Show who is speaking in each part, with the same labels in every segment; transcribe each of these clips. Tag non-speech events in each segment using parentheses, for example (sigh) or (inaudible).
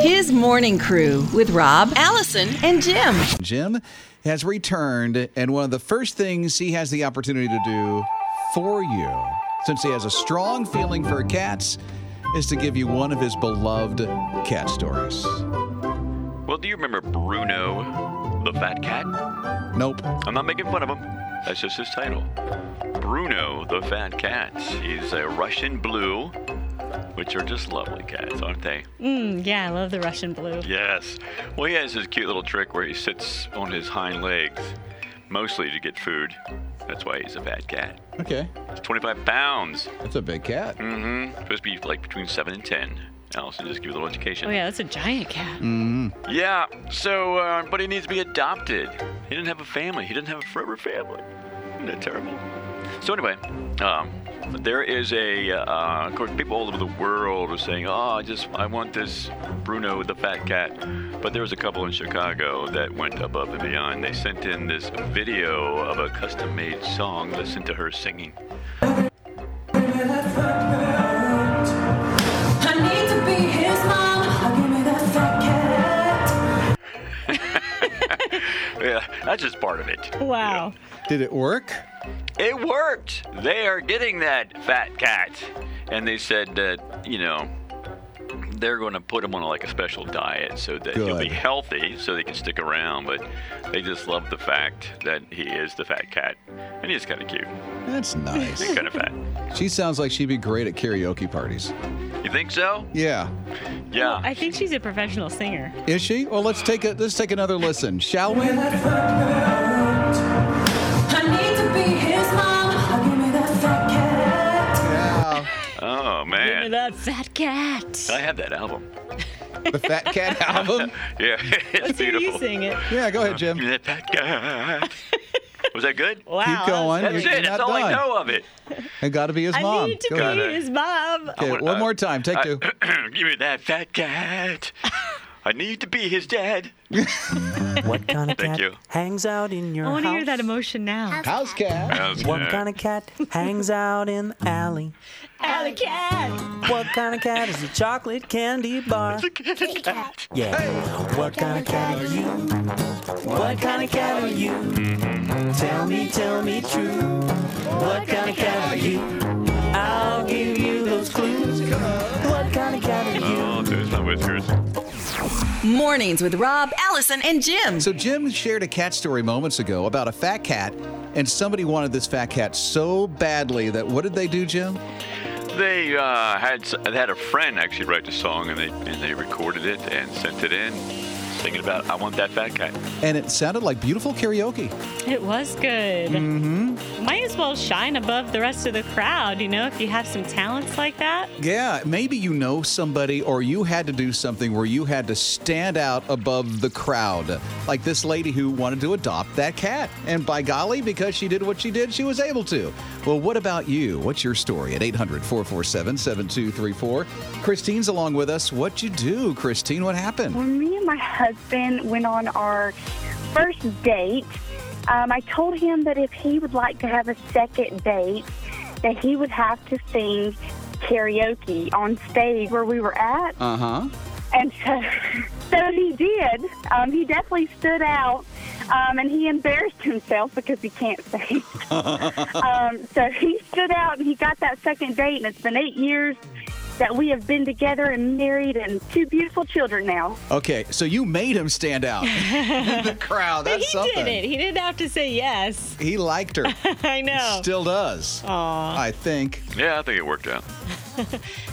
Speaker 1: His morning crew with Rob, Allison, and Jim.
Speaker 2: Jim has returned, and one of the first things he has the opportunity to do for you, since he has a strong feeling for cats, is to give you one of his beloved cat stories.
Speaker 3: Well, do you remember Bruno the Fat Cat?
Speaker 2: Nope.
Speaker 3: I'm not making fun of him. That's just his title. Bruno the Fat Cat. He's a Russian blue, which are just lovely cats, aren't they?
Speaker 4: Mm, yeah, I love the Russian blue.
Speaker 3: Yes. Well, he has his cute little trick where he sits on his hind legs, mostly to get food. That's why he's a fat cat.
Speaker 2: Okay.
Speaker 3: He's 25 pounds.
Speaker 2: That's a big cat.
Speaker 3: Mm-hmm. Supposed to be like between 7 and 10. Allison, just give you a little education.
Speaker 4: Oh yeah, that's a giant cat.
Speaker 3: Yeah, so, uh, but he needs to be adopted. He didn't have a family. He didn't have a forever family. Isn't that terrible? So anyway, um, there is a, uh, of course, people all over the world are saying, oh, I just, I want this Bruno the fat cat. But there was a couple in Chicago that went above and beyond. They sent in this video of a custom-made song. Listen to her singing.
Speaker 5: I need to be his mom. I'll give me that fat cat.
Speaker 3: Yeah, that's just part of it.
Speaker 4: Wow.
Speaker 2: Did it work?
Speaker 3: It worked. They are getting that fat cat. And they said that, you know, they're going to put him on like a special diet so that he'll be
Speaker 2: Good.
Speaker 3: healthy so they can stick around. But they just love the fact that he is the fat cat. And he's kind of cute.
Speaker 2: That's nice. (laughs)
Speaker 3: He's kind of fat.
Speaker 2: she sounds like she'd be great at karaoke parties.
Speaker 3: You think so?
Speaker 2: Yeah.
Speaker 3: Yeah.
Speaker 4: I think she's a professional singer.
Speaker 2: Is she? Well, let's take a let's take another listen, shall we?
Speaker 5: I need to be his mom. I'll give me that fat cat.
Speaker 2: Yeah.
Speaker 3: Oh,
Speaker 4: Give me
Speaker 3: man.
Speaker 4: that fat cat.
Speaker 3: I have that album.
Speaker 2: The Fat (laughs) Cat album.
Speaker 3: Yeah, (laughs) it's
Speaker 4: Let's hear
Speaker 3: beautiful.
Speaker 4: you sing it.
Speaker 2: Yeah, go ahead, Jim.
Speaker 3: Give me that fat
Speaker 4: (laughs)
Speaker 3: cat. Was that good?
Speaker 4: Wow.
Speaker 2: Keep going.
Speaker 4: that's-
Speaker 2: You're-
Speaker 3: That's
Speaker 2: you're
Speaker 3: it. That's
Speaker 2: not
Speaker 3: all I
Speaker 2: done.
Speaker 3: know of it.
Speaker 2: And got to be his
Speaker 4: I
Speaker 2: mom.
Speaker 4: need to
Speaker 2: Go
Speaker 4: be
Speaker 2: ahead.
Speaker 4: his mom.
Speaker 2: Okay,
Speaker 3: wanna-
Speaker 2: one
Speaker 3: I-
Speaker 2: more time. Take two.
Speaker 3: (clears throat) Give me that fat cat. I need to be his dad. (laughs)
Speaker 6: What kind of
Speaker 3: Thank
Speaker 6: cat
Speaker 3: you.
Speaker 6: hangs out in your
Speaker 4: I want to
Speaker 6: house?
Speaker 4: hear that emotion now.
Speaker 2: House cat.
Speaker 6: What kind of cat hangs out in the alley?
Speaker 4: Alley cat.
Speaker 6: What kind of cat is a chocolate candy bar?
Speaker 3: of cat?
Speaker 6: Yeah. What kind of cat are you? What kind of cat are you? Tell me, tell me true. What kind of cat are you? I'll give you those clues. What kind of cat are you?
Speaker 3: Oh, there's my whiskers.
Speaker 1: Mornings with Rob, Allison, and Jim.
Speaker 2: So Jim shared a cat story moments ago about a fat cat, and somebody wanted this fat cat so badly that what did they do, Jim?
Speaker 3: They uh, had s- they had a friend actually write the song and they and they recorded it and sent it in, singing about I want that fat cat.
Speaker 2: And it sounded like beautiful karaoke.
Speaker 4: It was good. Might as well shine above the rest of the crowd, you know, if you have some talents like that.
Speaker 2: Yeah, maybe you know somebody or you had to do something where you had to stand out above the crowd, like this lady who wanted to adopt that cat. And by golly, because she did what she did, she was able to. Well, what about you? What's your story at 800 447 7234? Christine's along with us. What'd you do, Christine? What happened?
Speaker 7: Well, me and my husband went on our first date. Um, I told him that if he would like to have a second date, that he would have to sing karaoke on stage where we were at.
Speaker 2: Uh huh.
Speaker 7: And so, (laughs) so he did. Um, he definitely stood out, um, and he embarrassed himself because he can't sing. um, so he stood out, and he got that second date. And it's been eight years that we have been together and married, and two beautiful children now.
Speaker 2: Okay, so you made him stand
Speaker 4: (laughs)
Speaker 2: out in the crowd. That's
Speaker 4: he
Speaker 2: something.
Speaker 4: did it. He didn't have to say yes. (laughs)
Speaker 2: He liked her.
Speaker 4: I know.
Speaker 2: Still does. I think.
Speaker 3: Yeah, I think it worked out.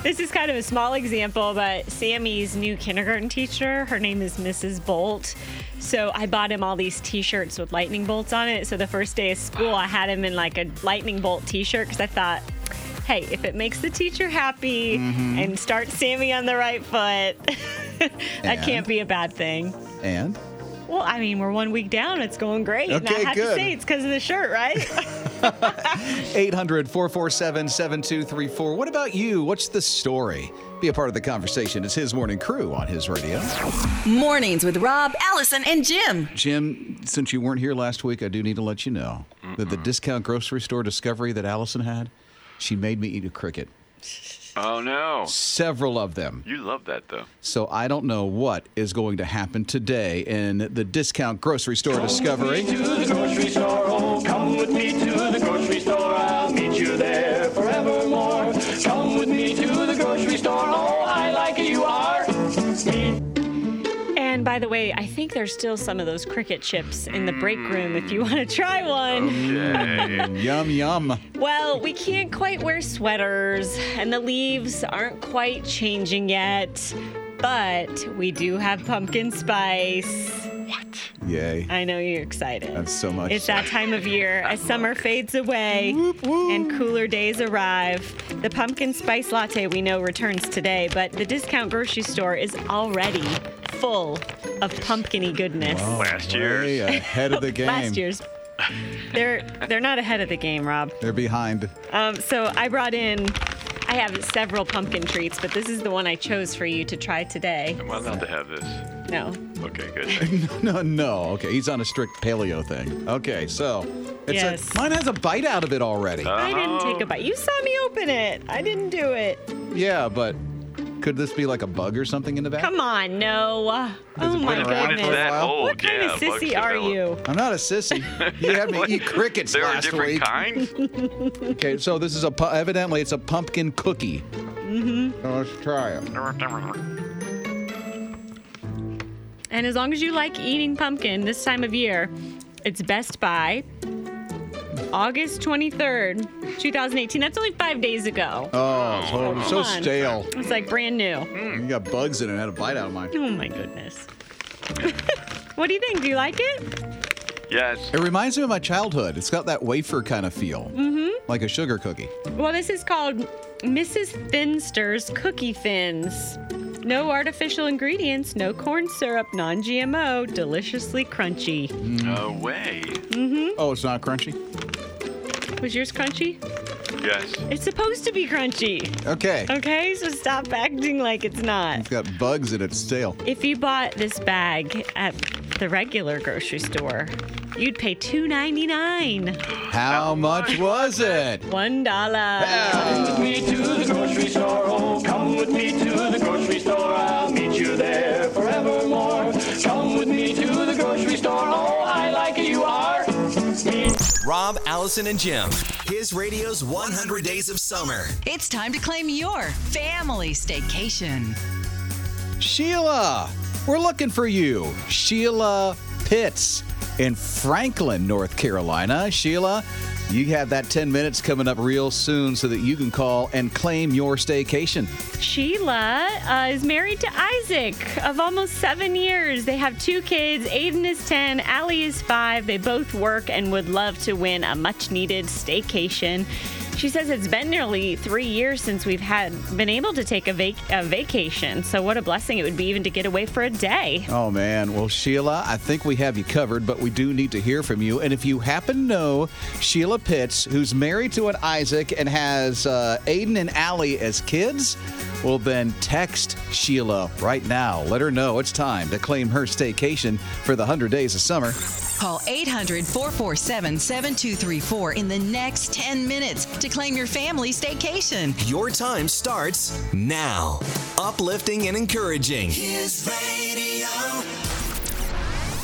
Speaker 4: This is kind of a small example, but Sammy's new kindergarten teacher, her name is Mrs. Bolt. So I bought him all these t-shirts with lightning bolts on it. So the first day of school, I had him in like a lightning bolt t-shirt because I thought, hey, if it makes the teacher happy
Speaker 2: Mm-hmm.
Speaker 4: and starts Sammy on the right foot, (laughs) that
Speaker 2: And?
Speaker 4: can't be a bad thing.
Speaker 2: And?
Speaker 4: Well, I mean, we're one week down. It's going great. and I
Speaker 2: Okay,
Speaker 4: have
Speaker 2: good.
Speaker 4: to say, it's because of the shirt, right? (laughs)
Speaker 2: 800 447 7234. What about you? What's the story? Be a part of the conversation. It's his morning crew on his radio.
Speaker 1: Mornings with Rob, Allison, and Jim.
Speaker 2: Jim, since you weren't here last week, I do need to let you know that the discount grocery store discovery that Allison had, she made me eat a cricket.
Speaker 3: Oh no.
Speaker 2: Several of them.
Speaker 3: You love that though.
Speaker 2: So I don't know what is going to happen today in the discount grocery store
Speaker 4: Oh,
Speaker 2: discovery.
Speaker 6: To the grocery store, oh, come with me to the grocery store. I'll meet you there forevermore. Come with me to the grocery store, oh, I like you are.
Speaker 4: And by the way, I think there's still some of those cricket chips in the break room if you want to try one.
Speaker 3: Okay.
Speaker 2: Mm, Yum, yum.
Speaker 4: Well, we can't quite wear sweaters, and the leaves aren't quite changing yet, but we do have pumpkin spice.
Speaker 2: Yay.
Speaker 4: I know you're excited.
Speaker 2: That's so much.
Speaker 4: It's that time of year as summer fades away and cooler days arrive. The pumpkin spice latte we know returns today, but the discount grocery store is already full of pumpkiny goodness.
Speaker 3: Last
Speaker 2: Way
Speaker 3: year's.
Speaker 2: ahead of the game.
Speaker 4: (laughs) Last year's. They're they're not ahead of the game, Rob.
Speaker 2: They're behind. (laughs)
Speaker 4: Um, so I brought in I have several pumpkin treats, but this is the one I chose for you to try today.
Speaker 3: Am I allowed to have this?
Speaker 4: No.
Speaker 3: Okay,
Speaker 2: (laughs)
Speaker 3: good.
Speaker 2: No, no. Okay, he's on a strict paleo thing. Okay, so it's
Speaker 4: Yes.
Speaker 2: a, mine has a bite out of it already.
Speaker 4: I didn't
Speaker 3: Uh-huh.
Speaker 4: take a bite. You saw me open it. I didn't do it.
Speaker 2: yeah, but could this be like a bug or something in the back?
Speaker 4: Come on, no.
Speaker 2: it
Speaker 4: Oh
Speaker 2: been
Speaker 4: my
Speaker 2: around
Speaker 3: When it's
Speaker 2: for a
Speaker 4: goodness.
Speaker 3: that
Speaker 2: while?
Speaker 3: old,
Speaker 4: What kind
Speaker 3: yeah,
Speaker 4: of
Speaker 3: bugs
Speaker 4: sissy are
Speaker 3: develop.
Speaker 4: you?
Speaker 2: I'm not a
Speaker 3: (laughs)
Speaker 2: sissy. You had me
Speaker 3: What?
Speaker 2: eat crickets
Speaker 3: there
Speaker 2: last
Speaker 3: are different
Speaker 2: week. (laughs)
Speaker 3: kinds?
Speaker 2: Okay, so this is a pu- evidently it's a pumpkin cookie. Mm-hmm. let's try it.
Speaker 4: And as long as you like eating pumpkin this time of year, it's Best Buy. August 23rd, 2018. That's only five days ago.
Speaker 2: Oh, so, so
Speaker 4: Come on.
Speaker 2: stale.
Speaker 4: It's like brand new.
Speaker 2: You got bugs in it. I had a bite out of mine.
Speaker 4: Oh my goodness. (laughs) what do you think? Do you like it?
Speaker 3: Yes.
Speaker 2: It reminds me of my childhood. It's got that wafer kind of feel, mm-hmm. like a sugar cookie.
Speaker 4: Well, this is called Mrs. Thinster's Cookie Thins. No artificial ingredients, no corn syrup, non GMO, deliciously crunchy.
Speaker 3: No way.
Speaker 2: Oh, it's not crunchy.
Speaker 4: Was yours crunchy?
Speaker 3: Yes.
Speaker 4: It's supposed to be crunchy.
Speaker 2: Okay.
Speaker 4: Okay, so stop acting like it's not.
Speaker 2: It's got bugs in it. It's stale.
Speaker 4: If you bought this bag at the regular grocery store, you'd pay $2.99.
Speaker 2: How much was it?
Speaker 4: One dollar.
Speaker 6: Come with me to the grocery store, oh, come with me to the grocery store. I'll meet you there forevermore. Come with me to the grocery store, oh, I like you are.
Speaker 8: Rob, Allison, and Jim. His radio's 100 Days of Summer.
Speaker 1: It's time to claim your family staycation.
Speaker 2: Sheila, we're looking for you. Sheila Pitts in Franklin, North Carolina. Sheila, you have that 10 minutes coming up real soon so that you can call and claim your staycation.
Speaker 4: Sheila uh, is married to Isaac of almost seven years. They have two kids. Aiden is 10, Allie is 5. They both work and would love to win a much needed staycation. She says it's been nearly three years since we've had been able to take a, vac- a vacation. So what a blessing it would be even to get away for a day.
Speaker 2: Oh, man. Well, Sheila, I think we have you covered, but we do need to hear from you. And if you happen to know Sheila Pitts, who's married to an Isaac and has uh, Aiden and Allie as kids, well, then text Sheila right now. Let her know it's time to claim her staycation for the 100 days of summer.
Speaker 1: Call 800 447 7234 in the next 10 minutes to claim your family staycation.
Speaker 8: Your time starts now. Uplifting and encouraging. His radio.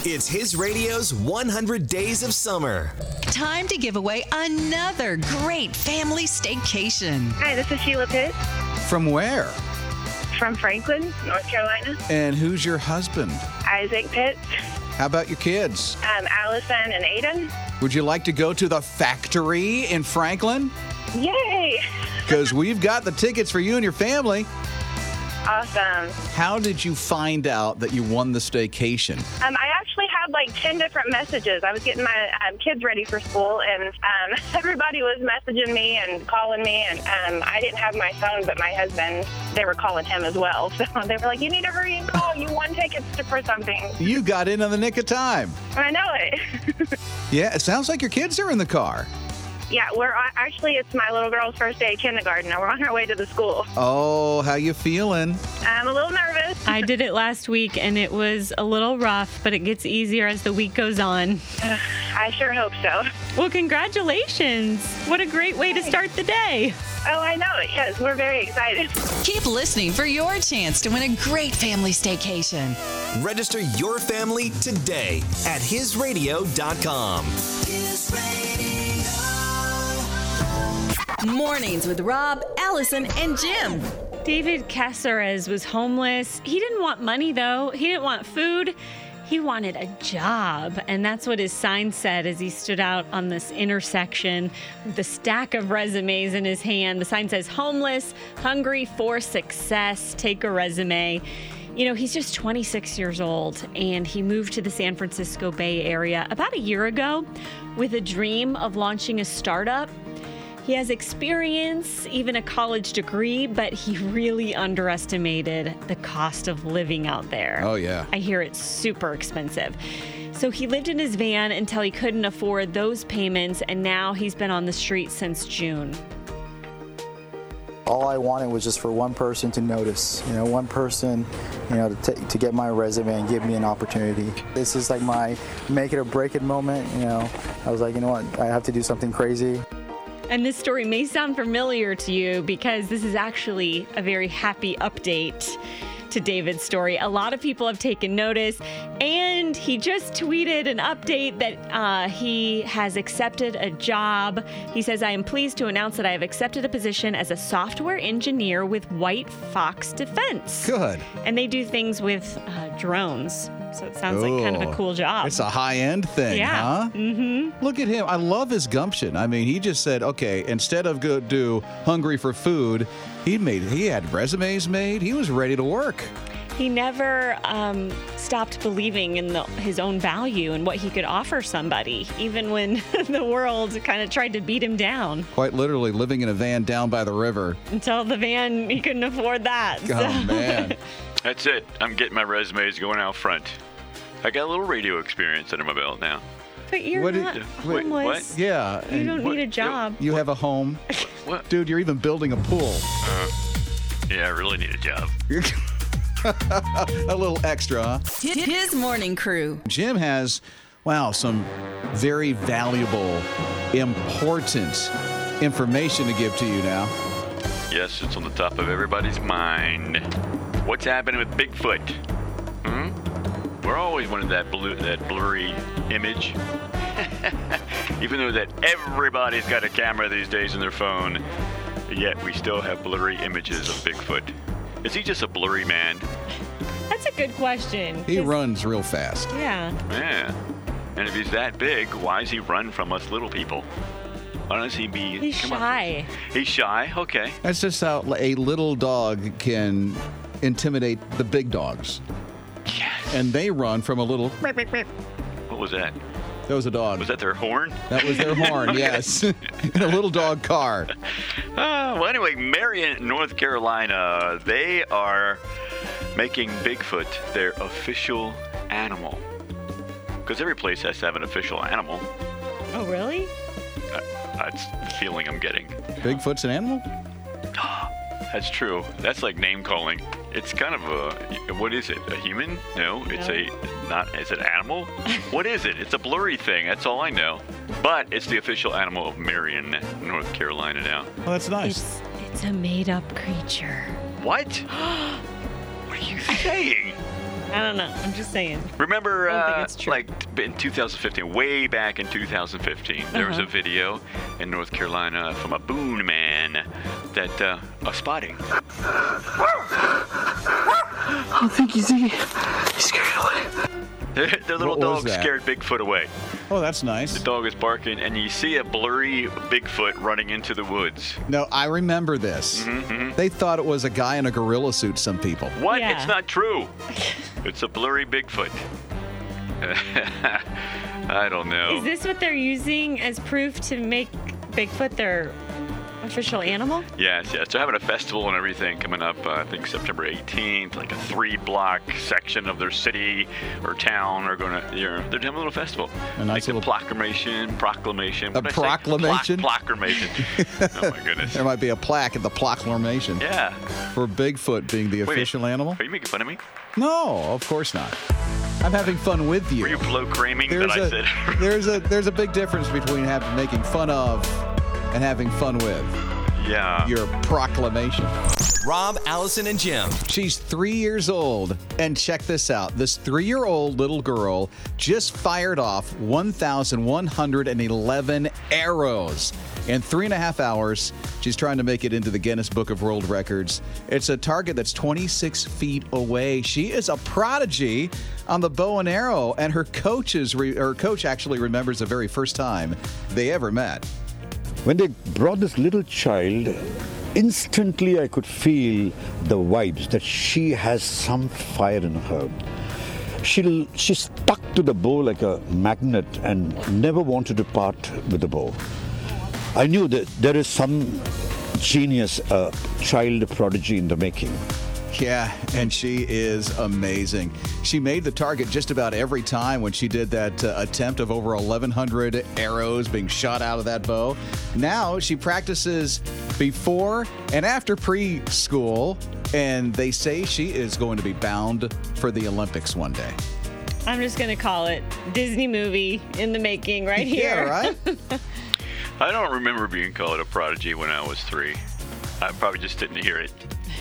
Speaker 8: It's his radio's 100 Days of Summer.
Speaker 1: Time to give away another great family staycation.
Speaker 9: Hi, this is Sheila Pitt
Speaker 2: From where?
Speaker 9: from Franklin, North Carolina.
Speaker 2: And who's your husband?
Speaker 9: Isaac Pitt,
Speaker 2: How about your kids?
Speaker 9: um, Allison, and Aiden.
Speaker 2: Would you like to go to the factory in Franklin?
Speaker 9: Yay!
Speaker 2: Because we've got the tickets for you and your family.
Speaker 9: Awesome.
Speaker 2: How did you find out that you won the staycation?
Speaker 9: Um, I actually had like 10 different messages. I was getting my um, kids ready for school, and um, (laughs) everybody was messaging me and calling me. And um, I didn't have my phone, but my husband, they were calling him as well. (laughs) So they were like, You need to hurry and call. You won tickets to- for something.
Speaker 2: You got in on the nick of time.
Speaker 9: And I know it. (laughs)
Speaker 2: Yeah, it sounds like your kids are in the car.
Speaker 9: yeah, we're on, actually, it's my little girl's first day of kindergarten, and we're on our way to the school.
Speaker 2: Oh, how you feeling?
Speaker 9: I'm a little nervous. (laughs)
Speaker 4: I did it last week and it was a little rough, but it gets easier as the week goes on.
Speaker 9: I sure hope so.
Speaker 4: Well, congratulations. What a great way to start the day.
Speaker 9: Oh, I know. Yes, we're very excited.
Speaker 1: Keep listening for your chance to win a great family staycation.
Speaker 8: Register your family today at hisradio.com.
Speaker 10: Mornings with Rob, Allison, and Jim.
Speaker 4: David Caceres was homeless. He didn't want money, though. He didn't want food. He wanted a job. And that's what his sign said as he stood out on this intersection with the stack of resumes in his hand. The sign says, Homeless, hungry for success, take a resume. You know, he's just 26 years old and he moved to the San Francisco Bay Area about a year ago with a dream of launching a startup. He has experience, even a college degree, but he really underestimated the cost of living out there.
Speaker 2: Oh, yeah.
Speaker 4: I hear it's super expensive. So he lived in his van until he couldn't afford those payments, and now he's been on the street since June.
Speaker 11: all I wanted was just for one person to notice, you know, one person, you know, to, ta- to get my resume and give me an opportunity. This is like my make it or break it moment, you know. I was like, you know what, I have to do something crazy.
Speaker 4: And this story may sound familiar to you because this is actually a very happy update to David's story. A lot of people have taken notice, and he just tweeted an update that uh, he has accepted a job. He says, I am pleased to announce that I have accepted a position as a software engineer with White Fox Defense.
Speaker 2: Good.
Speaker 4: And they do things with uh, drones. So it sounds like kind of
Speaker 2: Ooh.
Speaker 4: a cool job.
Speaker 2: Oh, It's a high end thing,
Speaker 4: Yeah.
Speaker 2: huh? Mm-hmm. Look at him. I love his gumption. I mean, he just said, okay, instead of go do hungry for food, he made he had resumes made. He was ready to work.
Speaker 4: he never um, stopped believing in the, his own value and what he could offer somebody, even when (laughs) the world kind of tried to beat him down
Speaker 2: Quite literally living in a van down by the river.
Speaker 4: until the van, he couldn't afford that.
Speaker 2: (laughs) Oh man.
Speaker 3: That's it. I'm getting my resumes going out front. I got a little radio experience under my belt now.
Speaker 4: (laughs) But you're
Speaker 2: What did-
Speaker 4: not
Speaker 3: wait, what?
Speaker 4: homeless.
Speaker 2: Yeah.
Speaker 4: You
Speaker 2: and
Speaker 4: don't
Speaker 3: what-
Speaker 4: need a job.
Speaker 2: you have a home.
Speaker 3: What?
Speaker 2: Dude, you're even building a pool.
Speaker 3: Yeah, I really need a job.
Speaker 2: (laughs) a little extra, huh?
Speaker 10: His morning crew.
Speaker 2: Jim has, wow, some very valuable, important information to give to you now.
Speaker 3: Yes, it's on the top of everybody's mind. What's happening with Bigfoot? Hmm? We're always wanting that blue, that blurry image. (laughs) Even though that everybody's got a camera these days in their phone, yet we still have blurry images of Bigfoot. Is he just a blurry man?
Speaker 4: That's a good question.
Speaker 2: He
Speaker 4: 'cause-
Speaker 2: runs real fast.
Speaker 4: Yeah.
Speaker 3: Yeah. And if he's that big, why does he run from us little people? Why does he be?
Speaker 4: He's
Speaker 3: come on.
Speaker 4: shy.
Speaker 3: He's shy. Okay.
Speaker 2: That's just how a little dog can intimidate the big dogs. And they run from a little.
Speaker 3: What was that?
Speaker 2: That was a dog.
Speaker 3: Was that their horn?
Speaker 2: That was their
Speaker 4: (laughs)
Speaker 2: horn, yes. (laughs) In a little dog car.
Speaker 3: Uh, well, anyway, Marion, North Carolina, they are making Bigfoot their official animal. Because every place has to have an official animal.
Speaker 4: Oh, really?
Speaker 3: That's the feeling I'm getting.
Speaker 2: Bigfoot's an animal?
Speaker 3: That's true. That's like name calling. It's kind of a what is it? A human? No, it's a not. It's an animal. what is it? It's a blurry thing. That's all I know. But it's the official animal of Marion, North Carolina now.
Speaker 2: Well, Oh, that's nice.
Speaker 4: It's it's a made up creature.
Speaker 3: What? what are you saying?
Speaker 4: I don't know. I'm just saying.
Speaker 3: Remember,
Speaker 4: I don't think
Speaker 3: uh,
Speaker 4: it's true.
Speaker 3: like t- in 2015, way back in 2015, there was a
Speaker 4: Uh-huh.
Speaker 3: video in North Carolina from a boon man that uh, a spotting.
Speaker 6: (laughs) I think he's, he's scared away.
Speaker 3: Their (laughs) their little
Speaker 2: What was
Speaker 3: dog
Speaker 2: that?
Speaker 3: scared Bigfoot away.
Speaker 2: Oh, that's nice.
Speaker 3: The dog is barking, and you see a blurry Bigfoot running into the woods.
Speaker 2: No, I remember this.
Speaker 3: Mm-hmm,
Speaker 2: They thought it was a guy in a gorilla suit, some people.
Speaker 3: What?
Speaker 4: Yeah.
Speaker 3: It's not
Speaker 4: (laughs)
Speaker 3: true. it's a blurry Bigfoot. (laughs) I don't know.
Speaker 4: Is this what they're using as proof to make Bigfoot their official animal?
Speaker 3: Yes, yes. They're having a festival and everything coming up, uh, I think September 18th, like a three block section of their city or town are going to, you know, they're having a little festival.
Speaker 2: A nice
Speaker 3: like the
Speaker 2: little-
Speaker 3: proclamation, proclamation.
Speaker 2: A
Speaker 3: what'd I say? Ploc-
Speaker 2: proclamation?
Speaker 3: proclamation.
Speaker 2: (laughs)
Speaker 3: oh my goodness.
Speaker 2: There might be a plaque at the proclamation
Speaker 3: Yeah.
Speaker 2: for Bigfoot being the
Speaker 3: Wait,
Speaker 2: official animal.
Speaker 3: Are you making fun of me?
Speaker 2: No, of course not. I'm having fun with you.
Speaker 3: Were you blow creaming that I
Speaker 2: a,
Speaker 3: said? (laughs)
Speaker 2: there's a there's a big difference between having making fun of and having fun with.
Speaker 3: Yeah.
Speaker 2: Your proclamation.
Speaker 8: Rob, Allison, and Jim.
Speaker 2: She's three years old, and check this out. This three-year-old little girl just fired off 1,111 arrows in three and a half hours. She's trying to make it into the Guinness Book of World Records. It's a target that's 26 feet away. She is a prodigy on the bow and arrow, and her coaches, re- her coach actually remembers the very first time they ever met.
Speaker 12: When they brought this little child, instantly I could feel the vibes that she has some fire in her. She, she stuck to the bow like a magnet and never wanted to part with the bow. I knew that there is some genius, uh, child prodigy in the making.
Speaker 2: Yeah, and she is amazing. She made the target just about every time when she did that uh, attempt of over 1,100 arrows being shot out of that bow. Now she practices before and after preschool, and they say she is going to be bound for the Olympics one day.
Speaker 4: I'm just gonna call it Disney movie in the making right here.
Speaker 2: Yeah, right?
Speaker 3: I don't remember being called a prodigy when I was three. I probably just didn't hear it.
Speaker 4: (laughs)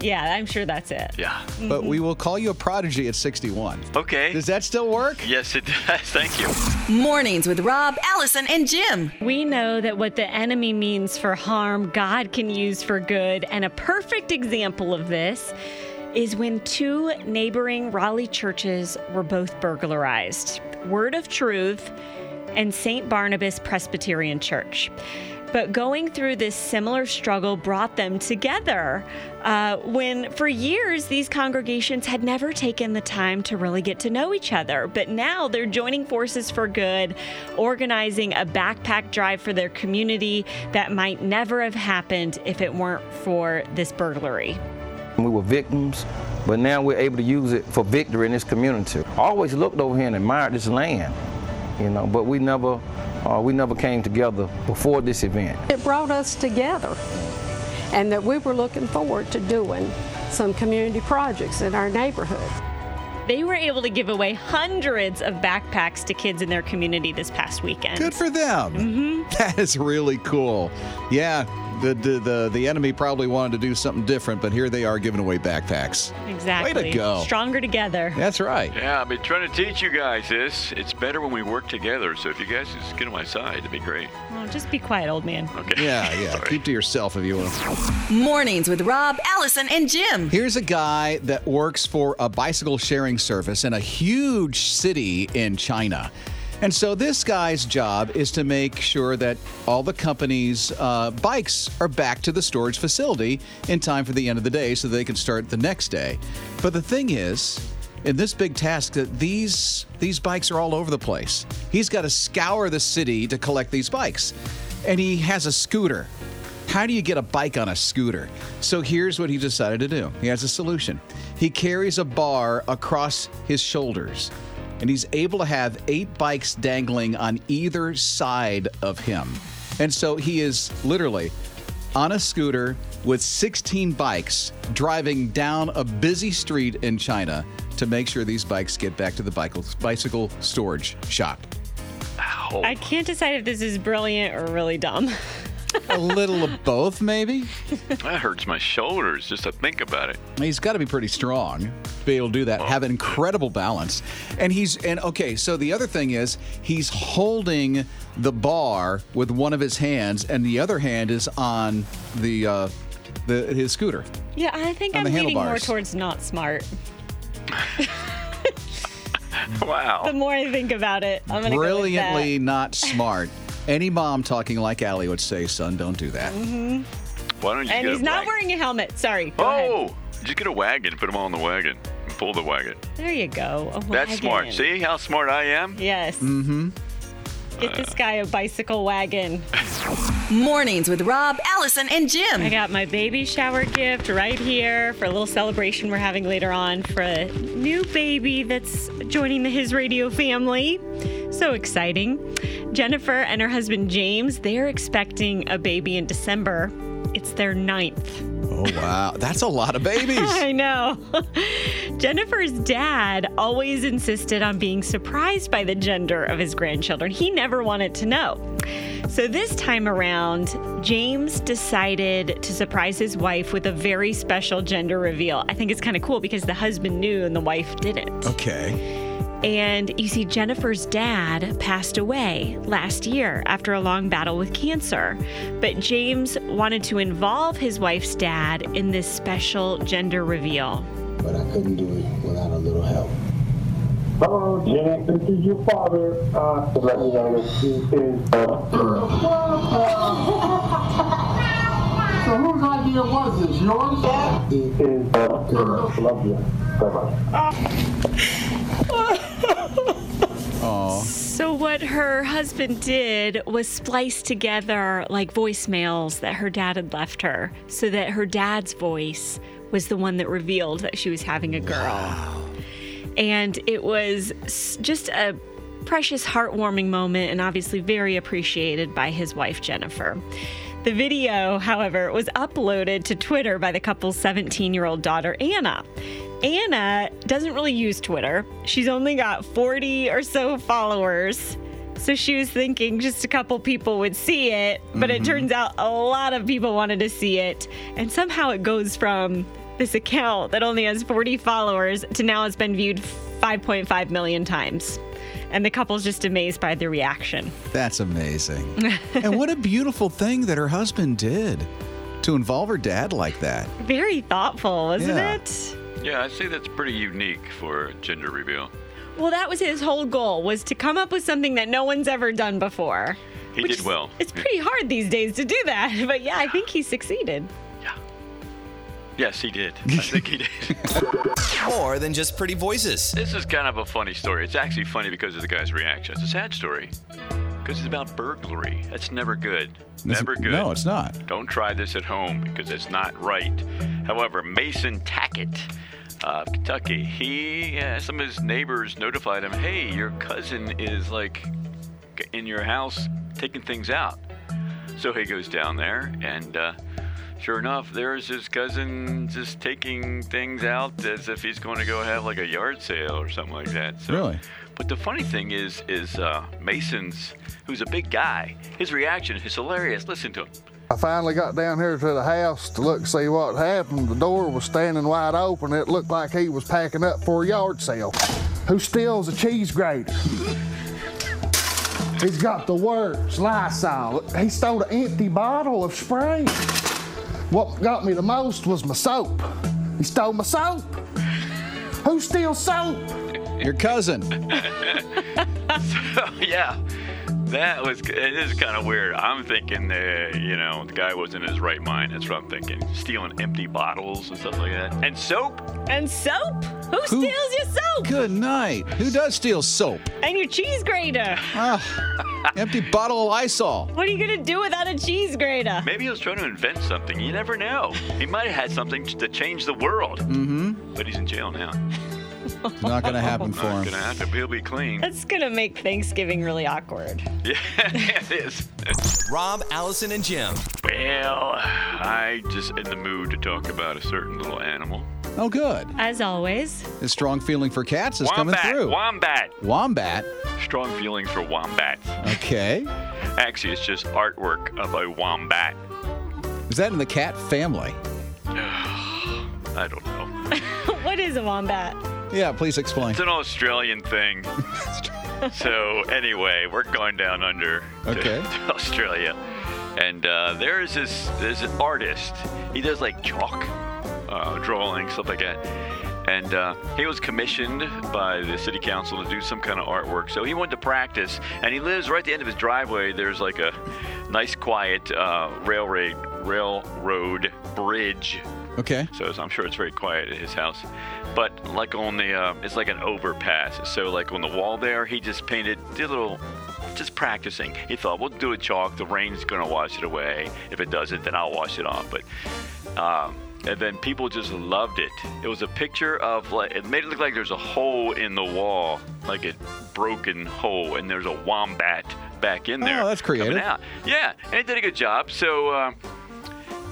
Speaker 4: yeah, I'm sure that's it.
Speaker 3: Yeah.
Speaker 2: But we will call you a prodigy at 61.
Speaker 3: Okay.
Speaker 2: Does that still work?
Speaker 3: Yes, it (laughs) does. Thank you.
Speaker 10: Mornings with Rob, Allison, and Jim.
Speaker 4: We know that what the enemy means for harm, God can use for good. And a perfect example of this is when two neighboring Raleigh churches were both burglarized Word of Truth and St. Barnabas Presbyterian Church. But going through this similar struggle brought them together uh, when, for years, these congregations had never taken the time to really get to know each other. But now they're joining forces for good, organizing a backpack drive for their community that might never have happened if it weren't for this burglary.
Speaker 13: We were victims, but now we're able to use it for victory in this community. I always looked over here and admired this land, you know, but we never, uh, we never came together before this event.
Speaker 14: It brought us together and that we were looking forward to doing some community projects in our neighborhood.
Speaker 4: They were able to give away hundreds of backpacks to kids in their community this past weekend.
Speaker 2: Good for them. That is really cool. Yeah, the, the the the enemy probably wanted to do something different, but here they are giving away backpacks.
Speaker 4: Exactly.
Speaker 2: Way to go.
Speaker 4: Stronger together.
Speaker 2: That's right.
Speaker 3: Yeah, I've been trying to teach you guys this. It's better when we work together. So if you guys just get on my side, it'd be great.
Speaker 4: Oh, just be quiet, old man.
Speaker 3: Okay.
Speaker 2: Yeah,
Speaker 3: (laughs)
Speaker 2: yeah. Keep to yourself if you will.
Speaker 10: Mornings with Rob, Allison, and
Speaker 1: Mm.
Speaker 10: Jim.
Speaker 2: Here's a guy that works for a bicycle sharing service in a huge city in China. And so this guy's job is to make sure that all the company's uh, bikes are back to the storage facility in time for the end of the day so they can start the next day. But the thing is, in this big task that these these bikes are all over the place. He's got to scour the city to collect these bikes. And he has a scooter. How do you get a bike on a scooter? So here's what he decided to do. He has a solution. He carries a bar across his shoulders, and he's able to have eight bikes dangling on either side of him. And so he is literally on a scooter with 16 bikes driving down a busy street in China to make sure these bikes get back to the bicycle, bicycle storage shop.
Speaker 4: I can't decide if this is brilliant or really dumb. (laughs)
Speaker 2: a little of both, maybe?
Speaker 3: That hurts my shoulders just to think about it.
Speaker 2: He's got to be pretty strong to be able to do that. Have incredible balance, and he's and okay. So the other thing is he's holding the bar with one of his hands, and the other hand is on the uh, the his scooter.
Speaker 4: Yeah, I think
Speaker 2: On
Speaker 4: I'm
Speaker 2: the
Speaker 4: leaning more
Speaker 2: handlebars.
Speaker 4: towards not smart.
Speaker 3: Wow.
Speaker 4: The more I think about it, I'm gonna
Speaker 2: Brilliantly not smart. Any mom talking like Allie would say, "Son, don't do that."
Speaker 4: Go with that. Mhm.
Speaker 3: Why don't you
Speaker 4: And
Speaker 3: get
Speaker 4: he's
Speaker 3: a
Speaker 4: not
Speaker 3: wagon?
Speaker 4: wearing a helmet. Sorry. Go
Speaker 3: Oh,
Speaker 4: ahead.
Speaker 3: just get a wagon, put them all in the wagon, and pull the wagon.
Speaker 4: There you go. A
Speaker 3: That's smart.
Speaker 4: wagon.
Speaker 3: See how smart I am?
Speaker 4: Yes.
Speaker 3: Mm-hmm.
Speaker 4: Get this guy a bicycle wagon.
Speaker 10: Mornings with Rob, Allison, and Jim.
Speaker 4: I got my baby shower gift right here for a little celebration we're having later on for a new baby that's joining the His Radio family. So exciting. Jennifer and her husband James, they're expecting a baby in December. It's their ninth.
Speaker 2: Oh, wow. That's a lot of babies.
Speaker 4: (laughs) I know. Jennifer's dad always insisted on being surprised by the gender of his grandchildren. He never wanted to know. So this time around, James decided to surprise his wife with a very special gender reveal. I think it's kind of cool because the husband knew and the wife didn't.
Speaker 2: Okay.
Speaker 4: And you see, Jennifer's dad passed away last year after a long battle with cancer. But James wanted to involve his wife's dad in this special gender reveal.
Speaker 15: but I couldn't do it without a little help.
Speaker 16: Hello, James. This is your father. Uh, to let you know that he is a girl.
Speaker 15: So whose idea was this? Yours?
Speaker 16: He is a girl. Love you. Bye bye.
Speaker 2: Oh.
Speaker 4: So, what her husband did was splice together like voicemails that her dad had left her so that her dad's voice was the one that revealed that she was having a girl. And it was s- just a precious, heartwarming moment and obviously very appreciated by his wife, Jennifer. The video, however, was uploaded to Twitter by the couple's 17 year old daughter, Anna. Anna doesn't really use Twitter. She's only got 40 or so followers. So she was thinking just a couple people would see it, but
Speaker 3: Mm-hmm.
Speaker 4: it turns out a lot of people wanted to see it. And somehow it goes from this account that only has 40 followers to now it's been viewed 5.5 million times. And the couple's just amazed by the reaction.
Speaker 2: That's amazing.
Speaker 4: (laughs)
Speaker 2: and what a beautiful thing that her husband did to involve her dad like that.
Speaker 4: Very thoughtful, wasn't
Speaker 2: Yeah.
Speaker 4: it?
Speaker 3: Yeah, I'd say that's pretty unique for a gender reveal.
Speaker 4: Well, that was his whole goal was to come up with something that no one's ever done before.
Speaker 3: He did well.
Speaker 4: It's pretty hard these days to do that, (laughs) but yeah, I think he succeeded.
Speaker 3: Yes, he did. I think he
Speaker 2: (laughs)
Speaker 3: did.
Speaker 8: More than just pretty voices.
Speaker 3: This is kind of a funny story. It's actually funny because of the guy's reaction. It's a sad story because it's about burglary. That's never good. Never good.
Speaker 2: No, it's not.
Speaker 3: Don't try this at home because it's not right. However, Mason Tackett of Kentucky, he uh, some of his neighbors notified him, "Hey, your cousin is like in your house taking things out." So he goes down there, and uh, sure enough, there's his cousin just taking things out as if he's going to go have like a yard sale or something like that. So
Speaker 2: Really?
Speaker 3: but the funny thing is, is uh, Mason's, who's a big guy, his reaction is hilarious. Listen to him.
Speaker 17: I finally got down here to the house to look see what happened. The door was standing wide open. It looked like he was packing up for a yard sale. Who steals a cheese grater? He's got the words Lysol. He stole an empty bottle of spray. What got me the most was my soap. He stole my soap. Who steals soap?
Speaker 2: Your cousin.
Speaker 3: so, (laughs) yeah, that was. It is kind of weird. I'm thinking that you know the guy was in his right mind. That's what I'm thinking. Stealing empty bottles and stuff like that, and soap.
Speaker 4: And soap? Who,
Speaker 2: Who-
Speaker 4: steals your soap?
Speaker 2: Good night. Who does steal soap?
Speaker 4: And your cheese grater.
Speaker 2: Ah, empty bottle of Lysol.
Speaker 4: What are you going to do without a cheese grater?
Speaker 3: Maybe he was trying to invent something. You never know. He might have had something to change the world. Mm-hmm. But he's in jail now.
Speaker 2: Not gonna happen for
Speaker 3: Not
Speaker 2: him.
Speaker 3: gonna happen. He'll
Speaker 2: (laughs)
Speaker 3: be clean.
Speaker 4: That's going to make Thanksgiving really awkward.
Speaker 3: Yeah, (laughs) it is.
Speaker 8: Rob, Allison, and Jim.
Speaker 3: Well, I just in the mood to talk about a certain little animal.
Speaker 2: Oh, good.
Speaker 4: As always.
Speaker 2: His strong feeling for cats is
Speaker 3: wombat,
Speaker 2: coming through.
Speaker 3: Wombat.
Speaker 2: Wombat.
Speaker 3: Strong feelings for wombats.
Speaker 2: Okay.
Speaker 3: Actually, it's just artwork of a wombat.
Speaker 2: Is that in the cat family?
Speaker 3: I don't know.
Speaker 4: (laughs) what is a wombat?
Speaker 2: Yeah, please explain.
Speaker 3: It's an Australian thing. so anyway, we're going down under to,
Speaker 2: Okay.
Speaker 3: (laughs) to Australia, and uh, there is this there's an artist. He does like chalk uh, drawing stuff like that. And uh, he was commissioned by the city council to do some kind of artwork. So he went to practice, and he lives right at the end of his driveway. There's like a nice, quiet uh, railroad railroad bridge
Speaker 2: Okay.
Speaker 3: so it's- I'm sure it's very quiet at his house. But like on the, uh, it's like an overpass. So like on the wall there, he just painted did a little, just practicing. He thought, we'll do a chalk. The rain's gonna wash it away. If it doesn't, then I'll wash it off. But, um, and then people just loved it. It was a picture of like it made it look like there's a hole in the wall, like a broken hole, and there's a wombat back in there.
Speaker 2: Oh, that's
Speaker 3: coming
Speaker 2: creative.
Speaker 3: out. Yeah, and it did a good job. So. Uh,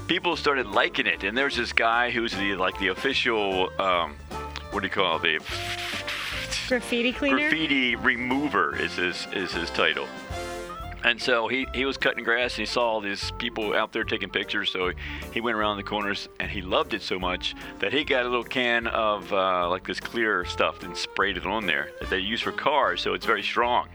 Speaker 3: people started liking it. And there's this guy who's the like the official, um, what do you call it? the
Speaker 4: Graffiti cleaner.
Speaker 3: graffiti remover is his is his title. And so he, he was cutting grass and he saw all these people out there taking pictures. So he went around the corners and he loved it so much that he got a little can of uh, like this clear stuff and sprayed it on there that they use for cars. So it's very strong.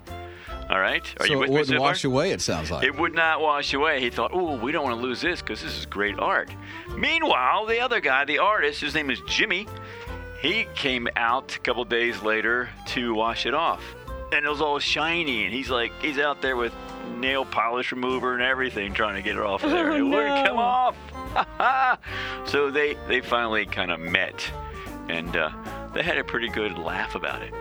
Speaker 3: All right. Are
Speaker 2: so
Speaker 3: you with
Speaker 2: it
Speaker 3: me
Speaker 2: wouldn't
Speaker 3: so far?
Speaker 2: wash away. It sounds like.
Speaker 3: It would not wash away. He thought, oh, we don't want to lose this because this is great art. Meanwhile, the other guy, the artist, his name is Jimmy, he came out a couple days later to wash it off. And it was all shiny, and he's like, he's out there with nail polish remover and everything trying to get it off of there. it wouldn't come off. (laughs) So they, they finally kind of met, and uh, they had a pretty good laugh about it.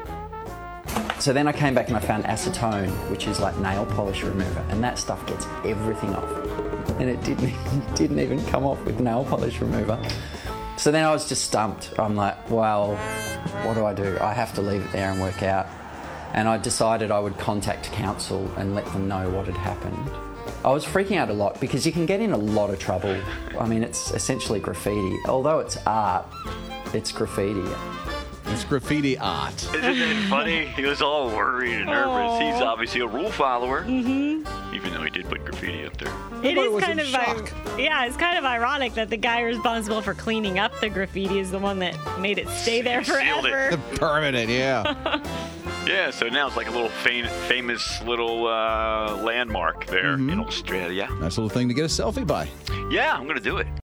Speaker 18: So then I came back and I found acetone, which is like nail polish remover, and that stuff gets everything off. And it didn't (laughs) it didn't even come off with nail polish remover. So then I was just stumped. I'm like, well, what do I do? I have to leave it there and work out. And I decided I would contact council and let them know what had happened. I was freaking out a lot because you can get in a lot of trouble. I mean, it's essentially graffiti. Although it's art, it's graffiti.
Speaker 2: It's graffiti art. (laughs)
Speaker 3: Isn't that funny? He was all worried and nervous. He's obviously a rule follower, mm-hmm. even though he did put graffiti up there.
Speaker 4: It is kind of ir- yeah, it's kind of ironic that the guy responsible for cleaning up the graffiti is the one that made it stay there
Speaker 3: Sealed it.
Speaker 4: forever.
Speaker 2: Permanent, yeah.
Speaker 3: Yeah, so now it's like a little fam- famous little uh, landmark there in Australia.
Speaker 2: Nice little thing to get a selfie by.
Speaker 3: Yeah, I'm gonna do it.